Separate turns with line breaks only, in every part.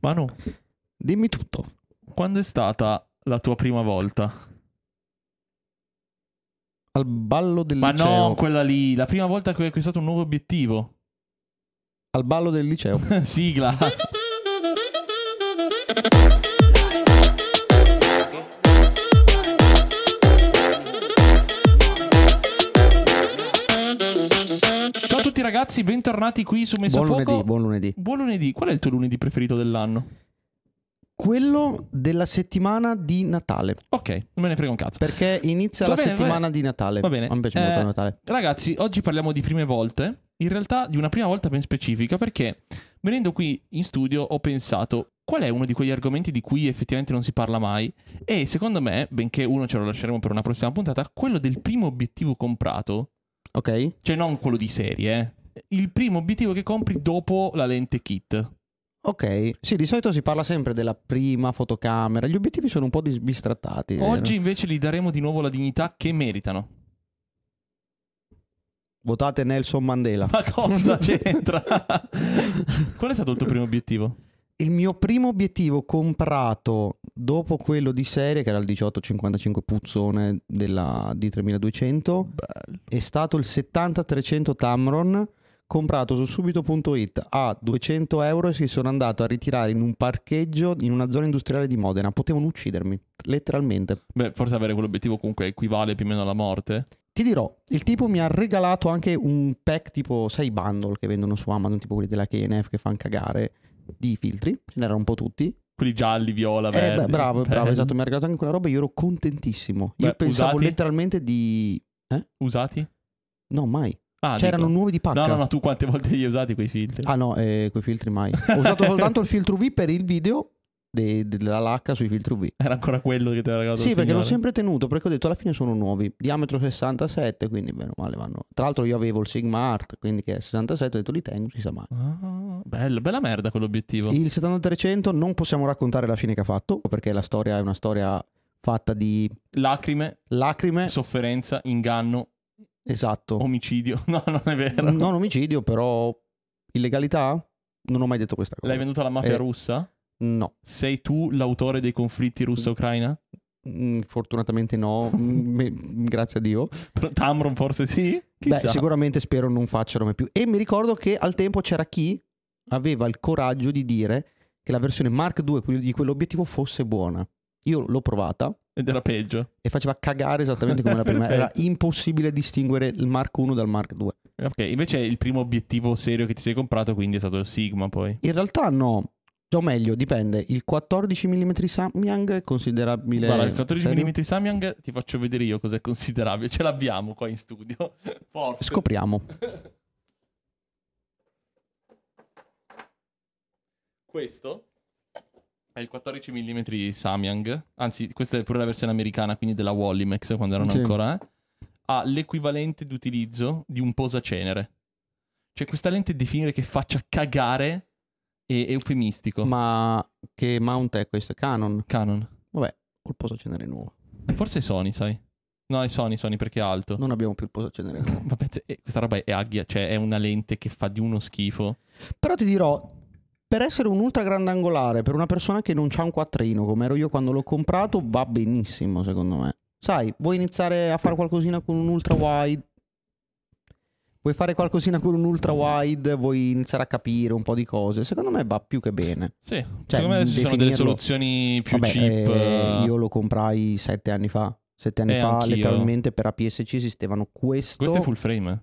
Manu,
Dimmi tutto.
quando è stata la tua prima volta?
Al ballo del
Ma
liceo.
no, quella lì, la prima volta che che è stato un nuovo obiettivo.
Al ballo del liceo.
Sigla. Ciao a tutti ragazzi, bentornati qui su Messa
buon
a Fuoco.
lunedì, buon lunedì.
Buon lunedì, qual è il tuo lunedì preferito dell'anno?
Quello della settimana di Natale.
Ok, non me ne frega un cazzo.
Perché inizia
Va
la
bene, va
settimana di Natale.
Va bene.
A me piace
Eh,
molto il Natale.
Ragazzi, oggi parliamo di prime volte, in realtà di una prima volta ben specifica, perché venendo qui in studio ho pensato qual è uno di quegli argomenti di cui effettivamente non si parla mai e secondo me, benché uno ce lo lasceremo per una prossima puntata, quello del primo obiettivo comprato,
Ok?
cioè non quello di serie, eh, il primo obiettivo che compri dopo la lente kit.
Ok. Sì, di solito si parla sempre della prima fotocamera. Gli obiettivi sono un po' dis- bistrattati. eh, vero?
Oggi invece gli daremo di nuovo la dignità che meritano.
Votate Nelson Mandela.
Ma cosa c'entra? Qual è stato il tuo primo obiettivo?
Il mio primo obiettivo comprato dopo quello di serie, che era il 1855 Puzzone della D3200,
Bello.
è stato il 70-300 Tamron comprato su subito.it a 200 euro e si sono andato a ritirare in un parcheggio in una zona industriale di Modena. Potevano uccidermi, letteralmente.
Beh, forse avere quell'obiettivo comunque equivale più o meno alla morte.
Ti dirò, il tipo mi ha regalato anche un pack tipo, sai, i bundle che vendono su Amazon, tipo quelli della KNF che fanno cagare, di filtri, ce n'erano un po' tutti.
Quelli gialli, viola,
Eh,
verdi.
beh, bravo, bravo,
belli.
esatto, mi ha regalato anche quella roba e io ero contentissimo. Io
Beh,
pensavo
usati?
letteralmente di...
Usati?
No, mai.
Ah,
C'erano
dico.
nuovi di pacca.
No, no, no, tu quante volte li hai usati quei filtri?
Ah no, eh, quei filtri mai. Ho usato soltanto il filtro V per il video de- della H sui filtri V.
Era ancora quello che ti aveva regalato
Sì,
il
perché l'ho
signore?
sempre tenuto, perché ho detto alla fine sono nuovi, diametro 67, quindi bene o male vanno. Tra l'altro io avevo il Sigma Art, quindi che è 67, ho detto li tengo, si sa mai.
Ah, bella, bella merda quell'obiettivo.
Il 7300 non possiamo raccontare la fine che ha fatto, perché la storia è una storia fatta di
Lacrime,
lacrime,
sofferenza, inganno,
esatto.
Oh, omicidio. No, non è vero.
non omicidio, però illegalità? Non ho mai detto questa cosa.
L'hai venduta alla mafia
Eh.
russa?
No,
Sei tu l'autore dei conflitti russa-ucraina?
Mm, fortunatamente no, Me- grazie a Dio.
Però Tamron forse sì?
Beh,
Chissà.
sicuramente spero non facciano mai più. E mi ricordo che al tempo c'era chi aveva il coraggio di dire che la versione Mark II que- di quell'obiettivo fosse buona. Io l'ho provata
Ed era peggio.
e faceva cagare esattamente come la prima. Era impossibile distinguere il Mark I dal Mark II.
Ok, invece il primo obiettivo serio che ti sei comprato quindi è stato il Sigma poi.
In realtà no. O meglio, dipende. Il 14 mm Samyang è considerabile...
Guarda, il 14
serio?
mm Samyang ti faccio vedere io cos'è considerabile. Ce l'abbiamo qua in studio. Forse.
Scopriamo.
Ecco. Questo è il 14 mm Samyang. Anzi, questa è pure la versione americana, quindi della Wallimax quando erano
Sì.
ancora. eh. Ha l'equivalente d'utilizzo di un posacenere. Cioè, questa lente definire che faccia cagare è eufemistico.
Ma che mount è questo? Canon?
Canon. Eh,
Vabbè, ho il posacenere nuovo.
Forse è Sony, sai? No, è Sony, Sony perché è alto.
Non abbiamo più il posacenere nuovo.
Vabbè, se- eh, questa roba è agghia, cioè è una lente che fa di uno schifo.
Però ti dirò, per essere un ultra grandangolare, per una persona che non ha un quattrino, come ero io quando l'ho comprato, va benissimo secondo me. Sai, vuoi iniziare a fare qualcosina con un ultra wide? Vuoi fare qualcosina con un ultra wide? Vuoi iniziare a capire un po' di cose? Secondo me va più che bene.
Sì, secondo me adesso ci sono
Cioè, definirlo-
delle soluzioni più
Vabbè,
cheap.
eh,
eh,
io lo comprai sette anni fa. Sette anni
Eh,
fa,
anch'io.
letteralmente per APS-C esistevano questo.
Questo è full frame. eh.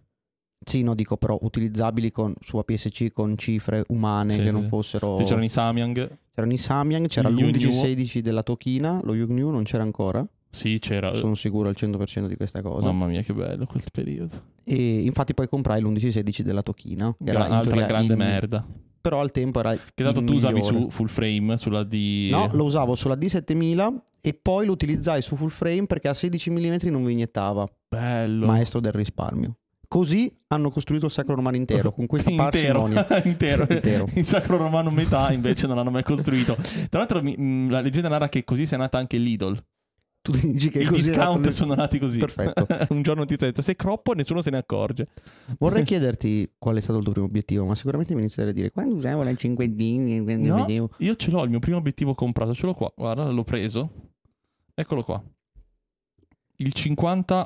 Sì, no, dico però utilizzabili con, su APS-C con cifre umane
Sì,
che
sì,
non
sì.
fossero.
Cioè, c'erano i Samyang.
C'erano i Samyang, c'era
Il
l'11-16 della Tokina, lo Yugnu non c'era ancora,
Sì, c'era.
sono sicuro al 100% di questa cosa.
Eh. Mamma mia, che bello quel periodo.
E infatti poi comprai l'11-16 della Tokina, che era in
Un'altra
teoria
grande
il-
merda.
Però al tempo era
Che tanto
il
tu usavi
migliore.
su full frame, sulla di...
No, lo usavo sulla D7000 e poi lo utilizzai su full frame perché a 16 mm non vi iniettava,
Bello.
maestro del risparmio. Così hanno costruito il sacro romano intero, con questa
intero,
parsimonia.
intero.
Intero.
il sacro romano mm, metà invece non l'hanno mai costruito. Tra l'altro mi- mh, la leggenda narra che così sia nata anche l'Idol.
Tu dici che è
I
così è nato
discount
del-
sono nati così.
Perfetto.
Un giorno ti ha detto sei croppo e nessuno se ne accorge.
Vorrei chiederti qual è stato il tuo primo obiettivo, ma sicuramente mi inizierai a dire quando usavo la 5D, quando
No.
vedevo-
Io ce l'ho, il mio primo obiettivo comprato, ce l'ho qua. Guarda, l'ho preso. Eccolo qua. Il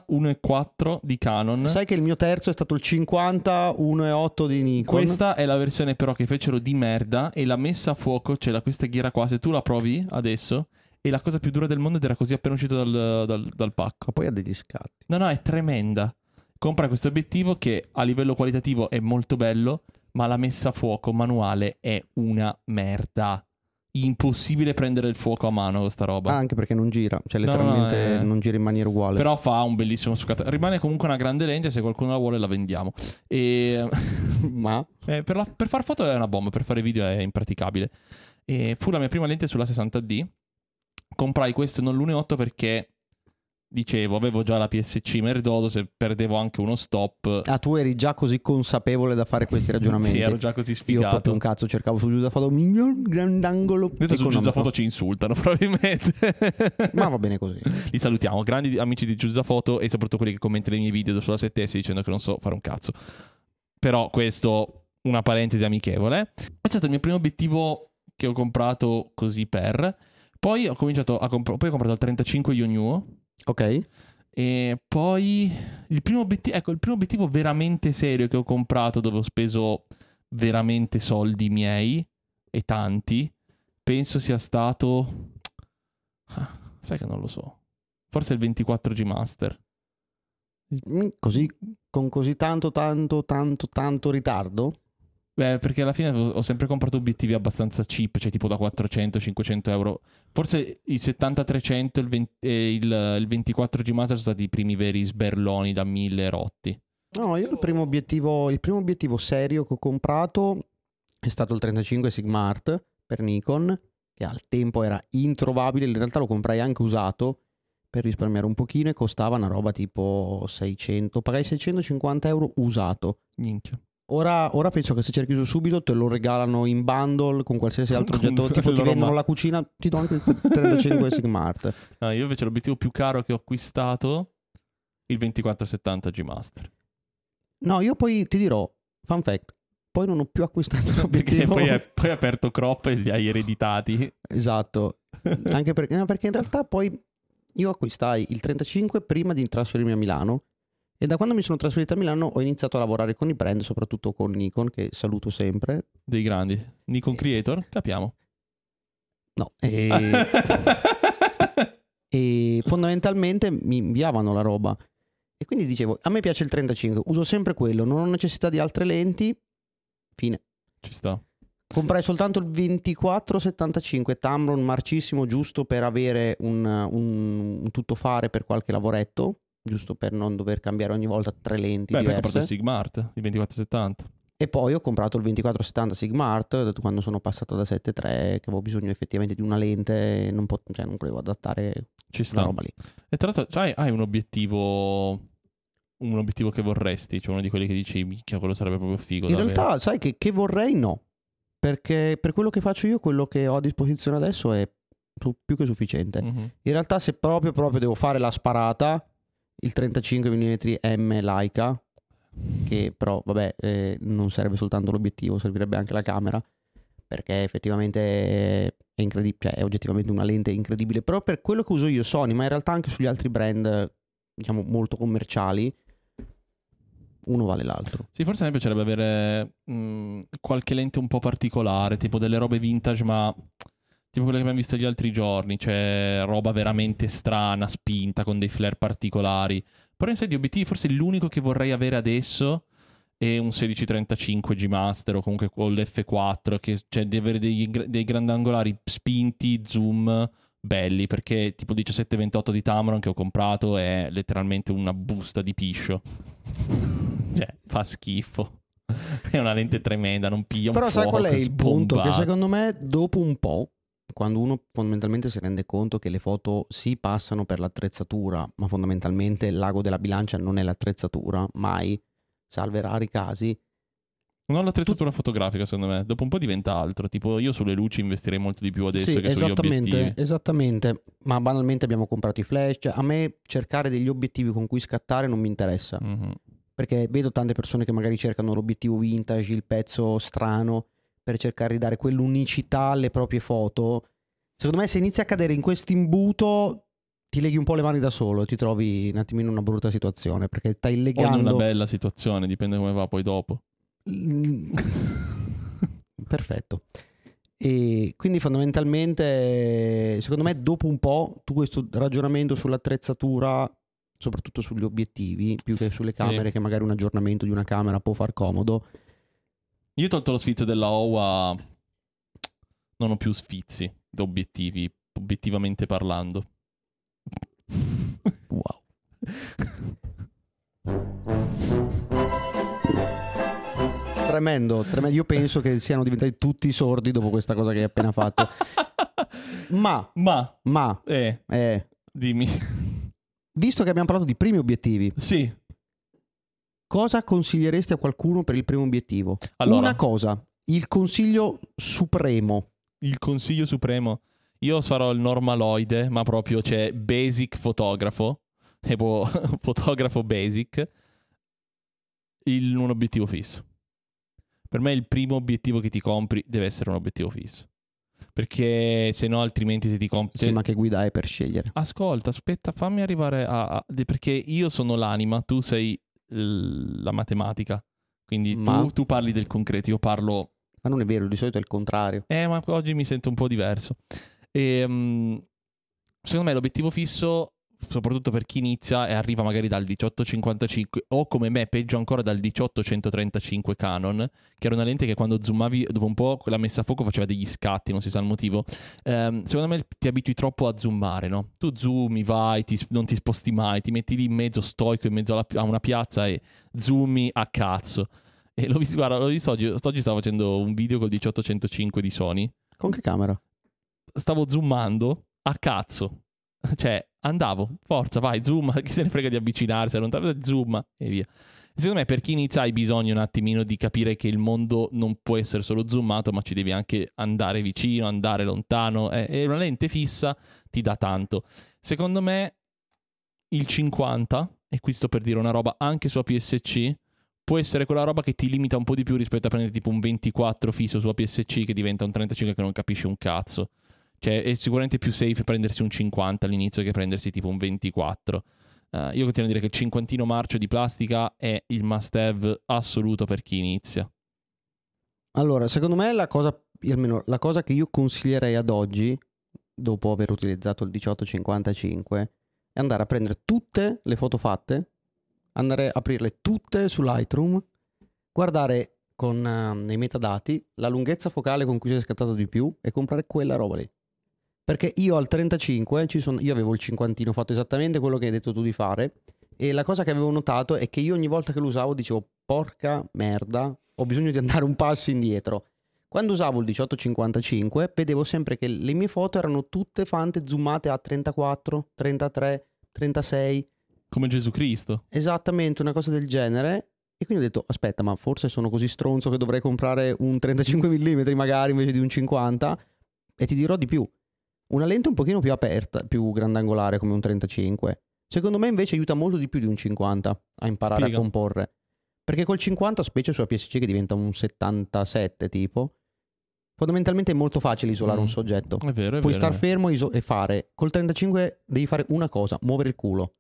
51.4 di Canon.
Sai che il mio terzo è stato il 50 1.8 di Nikon.
Questa è la versione però che fecero di merda e la messa a fuoco, cioè la, questa ghiera qua, se tu la provi adesso, è la cosa più dura del mondo ed era così appena uscito dal, dal- dal pacco.
Ma poi ha degli scatti.
No, no, è tremenda. Compra questo obiettivo che a livello qualitativo è molto bello, ma la messa a fuoco manuale è una merda. Impossibile prendere il fuoco a mano con sta roba.
Ah, anche perché non gira, cioè
No, no,
letteralmente
no, eh.
non gira in maniera uguale.
Però fa un bellissimo succato. Rimane comunque una grande lente, se qualcuno la vuole la vendiamo. E...
Ma
Eh, per, la- per far foto è una bomba, per fare video è impraticabile. E fu la mia prima lente sulla 60D. Comprai questo, non l'1.8 perché dicevo, avevo già la PSC Merdodo, se perdevo anche uno stop.
ah, tu eri già così consapevole da fare questi ragionamenti.
Sì, ero già così
Io
sfigato.
proprio un cazzo cercavo su Giudafoto un grandangolo
Adesso su
economico.
Giuzzafoto ci insultano, probabilmente.
Ma va bene così.
Li salutiamo, grandi di- amici di Giuzzafoto e soprattutto quelli che commentano i miei video sulla 7S dicendo che non so fare un cazzo. Però questo, una parentesi amichevole. È stato il mio primo obiettivo che ho comprato così per. Poi ho cominciato a comprare, poi ho comprato il 35 Yonuo
Ok?
e poi il primo obiettivo, ecco, il primo obiettivo veramente serio che ho comprato dove ho speso veramente soldi miei e tanti, penso sia stato Ah, sai che non lo so. Forse il 24G Master.
Mm, Così, con così tanto, tanto, tanto, tanto ritardo?
Beh, perché alla fine ho ho sempre comprato obiettivi abbastanza cheap, cioè tipo da 400-500 euro. Forse il 70-300 e il, 20 e il- il 24G Master sono stati i primi veri sberloni da 1000 rotti.
No, io il primo obiettivo, il primo obiettivo serio che ho comprato è stato il 35 Sigmart per Nikon, che al tempo era introvabile, in realtà lo comprai anche usato per risparmiare un pochino e costava una roba tipo 600, pagai 650 euro usato.
Minchia.
Ora, ora penso che se cerchi su subito te lo regalano in bundle con qualsiasi altro
Con
oggetto, tipo ti
roba.
vendono la cucina, ti do anche il 35 Sigmart.
No, io invece l'obiettivo più caro che ho acquistato, il 2470G Master.
No, io poi ti dirò, fun fact, poi non ho più acquistato
Perché
l'obiettivo.
poi hai poi hai aperto crop e li hai ereditati.
Esatto, anche perché, no, perché in realtà poi io acquistai il 35 prima di trasferirmi a Milano e da quando mi sono trasferito a Milano ho iniziato a lavorare con i brand, soprattutto con Nikon, che saluto sempre.
Dei grandi. Nikon Creator, capiamo.
No, e, e fondamentalmente mi inviavano la roba. E quindi dicevo, a me piace il 35, uso sempre quello, non ho necessità di altre lenti, fine.
Ci sta.
Comprai soltanto il 2475 Tamron marcissimo giusto per avere un, un, un tuttofare per qualche lavoretto, giusto per non dover cambiare ogni volta tre lenti
Beh, poi ho comprato
diverse.
il Sigmart, il 2470.
E poi ho comprato il 2470 Sigmart da quando sono passato da 7.3 che avevo bisogno effettivamente di una lente e non, pot- cioè, non volevo adattare
Ci
quella
sta.
roba lì.
E tra l'altro cioè, hai, hai un obiettivo un obiettivo che vorresti, cioè uno di quelli che dici minchia, quello sarebbe proprio figo.
In
da
realtà sai che, che vorrei no, perché per quello che faccio io quello che ho a disposizione adesso è su- più che sufficiente.
avere." Mhm.
In realtà, se proprio, proprio devo fare la sparata, il 35 mm M Leica, che però, vabbè, eh, non serve soltanto l'obiettivo, servirebbe anche la camera, perché effettivamente è incredibile, cioè è oggettivamente una lente incredibile. Però per quello che uso io Sony, ma in realtà anche sugli altri brand, eh, diciamo, molto commerciali, uno vale l'altro.
Sì, forse a me piacerebbe avere mh, qualche lente un po' particolare, tipo delle robe vintage, ma tipo quelle che abbiamo visto gli altri giorni, cioè roba veramente strana, spinta, con dei flare particolari. Però in sé di obiettivi, forse l'unico che vorrei avere adesso è un 1635 G Master o comunque con l'F4, che, cioè di avere dei, gr- dei grandangolari spinti, zoom belli, perché tipo il 1728 di Tamron che ho comprato è letteralmente una busta di piscio. Cioè, fa schifo. È una lente tremenda, non piglia un
Però sai
fuoco
qual è
che
il punto? Che
sbomba.
secondo me dopo un po', quando uno fondamentalmente si rende conto che le foto si passano per l'attrezzatura, ma fondamentalmente l'ago della bilancia non è l'attrezzatura, mai, salve rari casi,
Non ho l'attrezzatura fotografica, secondo me. Dopo un po' diventa altro. Tipo, io sulle luci investirei molto di più adesso
Sì,
che sugli
esattamente,
obiettivi.
esattamente. Ma banalmente abbiamo comprato i flash. Cioè, a me cercare degli obiettivi con cui scattare non mi interessa.
Mhm.
Perché vedo tante persone che magari cercano l'obiettivo vintage, il pezzo strano, per cercare di dare quell'unicità alle proprie foto. Secondo me, se inizi a cadere in questo imbuto, ti leghi un po' le mani da solo e ti trovi un attimino in una brutta situazione. Perché stai
O in una
legando.
bella situazione, dipende come va poi dopo.
Mm, Perfetto. E quindi fondamentalmente, secondo me, dopo un po', tu questo ragionamento sull'attrezzatura, soprattutto sugli obiettivi, più che sulle camere, che magari un aggiornamento di una camera può far comodo.
Io ho tolto lo sfizio della OWA. Non ho più sfizi da obiettivi, obiettivamente parlando.
Wow. Tremendo, tremendo. Io penso che siano diventati tutti sordi dopo questa cosa che hai appena fatto. Ma,
Ma,
ma,
eh,
eh,
dimmi.
visto che abbiamo parlato di primi obiettivi,
Sì,
Cosa consiglieresti a qualcuno per il primo obiettivo?
allora.
Una cosa, il consiglio supremo.
il consiglio supremo. Io farò il normaloide, ma proprio c'è basic fotografo, tipo fotografo basic, in un obiettivo fisso. Per me il primo obiettivo che ti compri deve essere un obiettivo fisso. Perché se no altrimenti se ti compri...
Sì, ma che guida è per scegliere?
Ascolta, aspetta, fammi arrivare a... a- de- perché io sono l'anima, tu sei l- la matematica. Quindi
Ma?
tu, tu parli del concreto, io parlo
Ma non è vero, di solito è il contrario.
eh, ma oggi mi sento un po' diverso. Ehm, secondo me l'obiettivo fisso, soprattutto per chi inizia e arriva magari dal 1855 o come me, peggio ancora dal 1835 Canon, che era una lente che quando zoomavi dopo un po' la messa a fuoco faceva degli scatti, non si sa il motivo. Ehm, secondo me ti abitui troppo a zoomare, no? Tu zoomi, vai, ti s- non ti sposti mai, ti metti lì in mezzo stoico, in mezzo alla pi- a una piazza e zoomi a cazzo. E l'ho visto, guarda, l'ho visto oggi, oggi stavo facendo un video col 1805 di Sony,
Con che camera?
stavo zoomando a cazzo. Cioè, andavo, forza, vai, zoom, chi se ne frega di avvicinarsi, non zoom e via. Secondo me per chi inizia hai bisogno un attimino di capire che il mondo non può essere solo zoomato, ma ci devi anche andare vicino, andare lontano eh, e una lente fissa ti dà tanto. Secondo me il 50, e qui sto per dire una roba anche su APS-C, può essere quella roba che ti limita un po' di più rispetto a prendere tipo un 24 fisso su APS-C che diventa un 35 che non capisci un cazzo. Cioè, è sicuramente più safe prendersi un 50 all'inizio che prendersi tipo un 24. Eh, io continuo a dire che il cinquantino marcio di plastica è il must have assoluto per chi inizia.
Allora, secondo me la cosa, almeno la cosa che io consiglierei ad oggi, dopo aver utilizzato il 1855, è andare a prendere tutte le foto fatte, andare a aprirle tutte su Lightroom, guardare con eh, nei metadati la lunghezza focale con cui si è scattato di più e comprare quella roba lì. Perché io al 35 ci sono, io avevo il cinquantino fatto esattamente quello che hai detto tu di fare e la cosa che avevo notato è che io ogni volta che lo usavo dicevo porca merda, ho bisogno di andare un passo indietro. Quando usavo il 1855 vedevo sempre che le mie foto erano tutte fante zoomate a 34, 33, 36,
Come Gesù Cristo.
esattamente una cosa del genere. E quindi ho detto, aspetta, ma forse sono così stronzo che dovrei comprare un 35 mm magari invece di un 50? E ti dirò di più. Una lente un pochino più aperta, più grandangolare come un 35. Secondo me invece aiuta molto di più di un 50 a imparare
Spiega.
a comporre. Perché col 50, specie sulla PSC che diventa un 77 tipo, fondamentalmente è molto facile isolare
Mm.
un soggetto.
È vero, è
Puoi
vero. eh.
star fermo e iso- e fare. Col 35 devi fare una cosa, muovere il culo.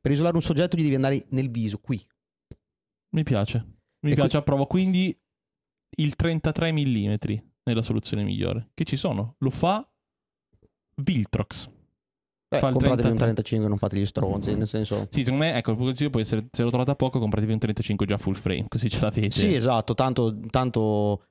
Per isolare un soggetto gli devi andare nel viso, qui. Eh,
Mi piace. Mi
E qui-
piace, approvo. Quindi il 33 mm è la soluzione migliore. Che ci sono? Lo fa Viltrox.
Beh,
Fa il Mm.
compratevi un
33.
35 e non fate gli stronzi, nel senso...
Sì, secondo me, ecco, il consiglio può essere, se lo trovate a poco, compratevi un 35 già full frame, così ce l'avete.
Sì, esatto, tanto, tanto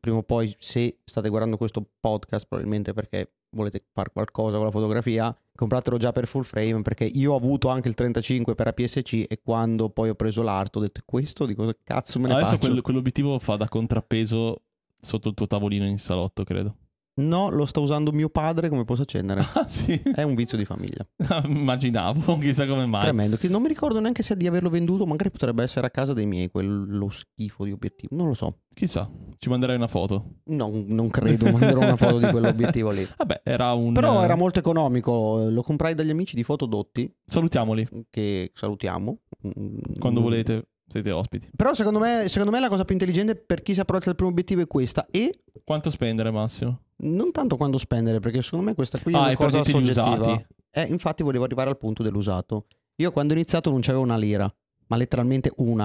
prima o poi se state guardando questo podcast probabilmente perché volete fare qualcosa con la fotografia, compratelo già per full frame perché io ho avuto anche il 35 per APS-C e quando poi ho preso l'art ho detto questo di cosa cazzo me ne
Adesso
faccio?
quel- quell'obiettivo fa da contrappeso sotto il tuo tavolino in salotto, credo.
No, lo sta usando mio padre come posso accendere.
Ah sì,
È un vizio di famiglia.
Eh, immaginavo, chissà come mai.
Tremendo. Che non mi ricordo neanche se di averlo venduto, magari potrebbe essere a casa dei miei quello schifo di obiettivo. Non lo so.
Chissà, ci manderai una foto.
No, non credo, manderò una foto di quell'obiettivo lì.
Vabbè, era un... eh,
Però era molto economico, lo comprai dagli amici di Fotodotti,
Salutiamoli
che salutiamo. Mm.
quando volete, siete ospiti.
Però secondo me, secondo me la cosa più intelligente per chi si approccia al primo obiettivo è questa. E
Quanto spendere Massimo?
non tanto quando spendere, perché secondo me questa qui è
ah,
una
e
cosa
prendete gli
soggettiva.
usati.
Eh, infatti volevo arrivare al punto dell'usato. Io quando ho iniziato non c'avevo una lira, ma letteralmente una.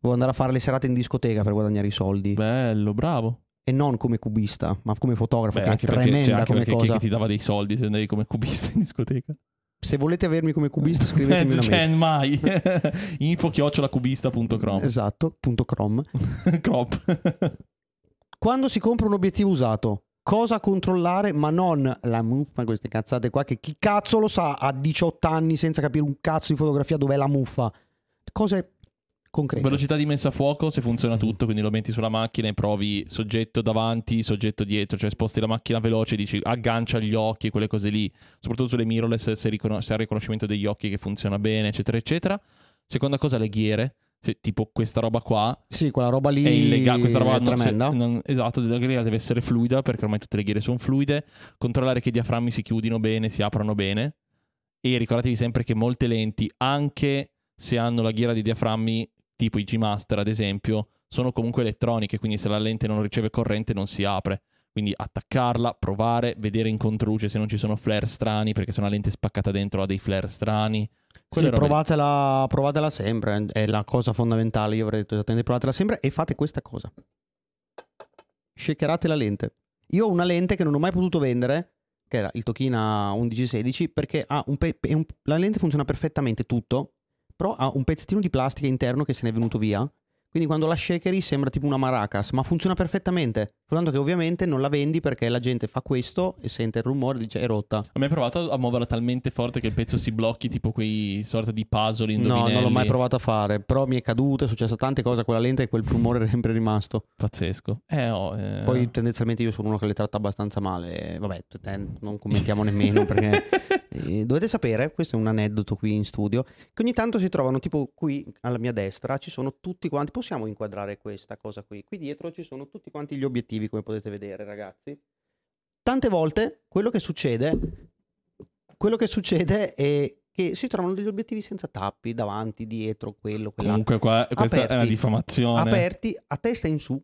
Volevo andare a fare le serate in discoteca per guadagnare i soldi.
Bello, bravo.
E non come cubista, ma come fotografo,
Beh,
che è
anche perché,
tremenda
cioè, anche
come
perché chi-
cosa.
chi ti dava dei soldi se andavi come cubista in discoteca?
Se volete avermi come cubista, scrivetemi
Penso
una mail.
Eh, c'è mai. Info chiocciolacubista.com
Esatto, punto crom.
Crop.
Quando si compra un obiettivo usato, cosa controllare, ma non la muffa, queste cazzate qua, che chi cazzo lo sa a 18 anni senza capire un cazzo di fotografia dov'è la muffa? Cose concrete.
Velocità di messa a fuoco se funziona tutto, quindi lo metti sulla macchina e provi soggetto davanti, soggetto dietro, cioè sposti la macchina veloce, dici aggancia gli occhi, quelle cose lì, soprattutto sulle mirrorless se, riconos- se ha il riconoscimento degli occhi che funziona bene, eccetera, eccetera. Seconda cosa, le ghiere, se- tipo questa roba qua
Sì, quella roba lì
è illegale, questa roba
è
non se-
tremenda.
non- esatto, la ghiera deve essere fluida perché ormai tutte le ghiere sono fluide, controllare che i diaframmi si chiudino bene, si aprano bene e ricordatevi sempre che molte lenti, anche se hanno la ghiera di diaframmi tipo i G-Master ad esempio, sono comunque elettroniche, quindi se la lente non riceve corrente non si apre. Quindi attaccarla, provare, vedere in controluce se non ci sono flare strani, perché se una lente è spaccata dentro ha dei flare strani.
Sì,
Quelle robe lì.
provatela, provatela sempre, è la cosa fondamentale, io avrei detto esattamente provatela sempre e fate questa cosa. Shakerate la lente. Io ho una lente che non ho mai potuto vendere, che era il Tokina 1116, perché ha un pe- è un- la lente funziona perfettamente tutto, però ha un pezzettino di plastica interno che se n'è venuto via. Quindi quando la shakeri sembra tipo una maracas, ma funziona perfettamente. Soltanto che ovviamente non la vendi perché la gente fa questo e sente il rumore e dice è rotta.
Ho mai provato a muoverla talmente forte che il pezzo si blocchi, tipo quei sorta di puzzle
No,
indovinelli.
non l'ho mai provato a fare, però mi è caduta, è successo tante cose a quella lente e quel rumore è sempre rimasto.
Pazzesco. Eh, oh, eh.
Poi tendenzialmente io sono uno che le tratta abbastanza male, eh, vabbè, te- non commentiamo nemmeno perché... eh, Dovete sapere, questo è un aneddoto qui in studio, che ogni tanto si trovano, tipo qui alla mia destra ci sono tutti quanti, possiamo inquadrare questa cosa qui, qui dietro ci sono tutti quanti gli obiettivi come potete vedere ragazzi. Tante volte quello che succede, quello che succede è che si trovano degli obiettivi senza tappi, davanti, dietro, quello,
Comunque,
quell'altro
qua, questa è una
Aperti.
diffamazione.
aperti a testa in su,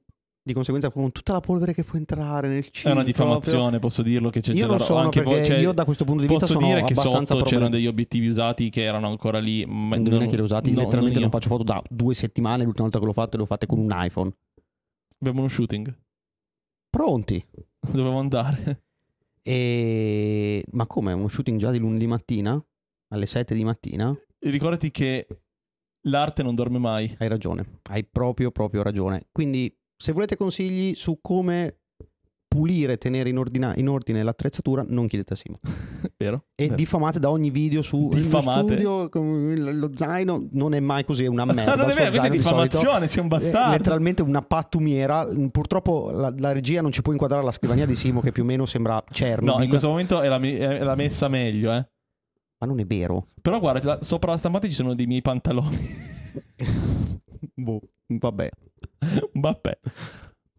di conseguenza con tutta la polvere che può entrare nel cibo.
È una diffamazione, posso dirlo che c'è
Io non
della-
sono
anche
perché
voi, cioè,
io da questo punto di vista
Posso
sono
dire che sotto
abbastanza
c'erano degli obiettivi usati che erano ancora lì. ma
Non è che li ho usati,
no,
letteralmente
non io.
non, faccio foto da due settimane, l'ultima volta che l'ho fatto l'ho fatta con un iPhone.
Abbiamo uno shooting.
Pronti?
Dovevo andare.
E... Ma come? Uno shooting già di lunedì mattina? Alle 7 di mattina?
E ricordati che l'arte non dorme mai.
Hai ragione, hai proprio proprio ragione. Quindi se volete consigli su come pulire, tenere in, ordina- in ordine l'attrezzatura, non chiedete a Simo.
Vero?
E
Vero.
diffamate da ogni video su il mio
Certo. Diffamate.
studio, con il- lo zaino non è mai così, è una merda.
Ah, non
il
è
suo
vero, questa è
zaino di solito
diffamazione. C'è un
è
bastardo.
Eh, letteralmente una pattumiera. Mm, Purtroppo la, la regia non ci può inquadrare la scrivania di Simo, che più o meno sembra Chernobyl,
No, in questo momento è la, è la messa meglio, eh.
ma non è vero.
Però guarda, la- sopra la stampante ci sono dei miei pantaloni.
boh, vabbè,
Vabbè.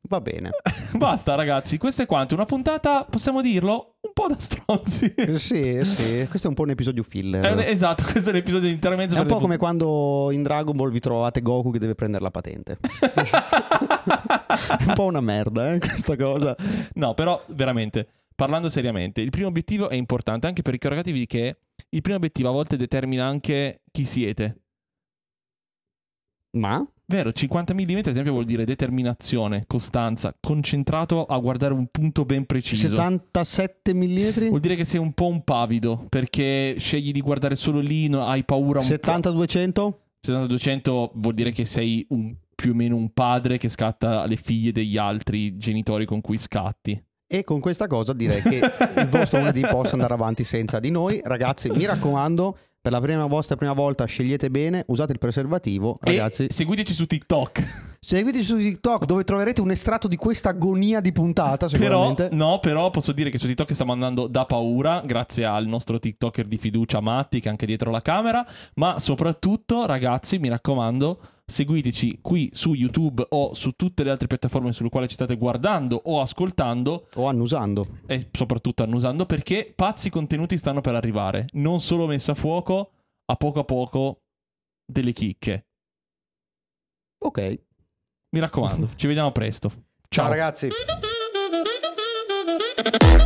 va bene.
Basta ragazzi, questo è quanto. Una puntata, possiamo dirlo, un po' da stronzi.
Eh, sì, sì, questo è un po' un episodio filler.
È un- esatto, questo è un episodio di intermezzo.
Eh. È un
per
po'
le
come quando in Dragon Ball vi trovate Goku che deve prendere la patente. È un po' una merda, eh, questa cosa.
No, però veramente, parlando seriamente, il primo obiettivo è importante anche perché ricordatevi che il primo obiettivo a volte determina anche chi siete.
Ma?
Vero, 50 mm ad esempio vuol dire determinazione, costanza, concentrato a guardare un punto ben preciso.
77 mm?
Vuol dire che sei un po' un pavido perché scegli di guardare solo lì, no- hai paura un po'.
70-200?
70-200 vuol dire che sei un- più o meno un padre che scatta le figlie degli altri genitori con cui scatti.
E con questa cosa direi che il vostro lunedì possa andare avanti senza di noi. Ragazzi, mi raccomando, Per la prima vostra prima volta scegliete bene, usate il preservativo, ragazzi.
E seguiteci su TikTok.
Seguiteci su TikTok dove troverete un estratto di questa agonia di puntata,
Però,
sicuramente.
no, però posso dire che su TikTok stiamo andando da paura, grazie al nostro TikToker di fiducia Matti, che è anche dietro la camera. Ma soprattutto, ragazzi, mi raccomando, seguiteci qui su YouTube o su tutte le altre piattaforme sulle quali ci state guardando o ascoltando,
O annusando.
e soprattutto annusando, perché pazzi contenuti stanno per arrivare. Non solo messa a fuoco, a poco a poco delle chicche.
Ok.
Mi raccomando, ci vediamo presto.
Ciao ragazzi.
Thank you.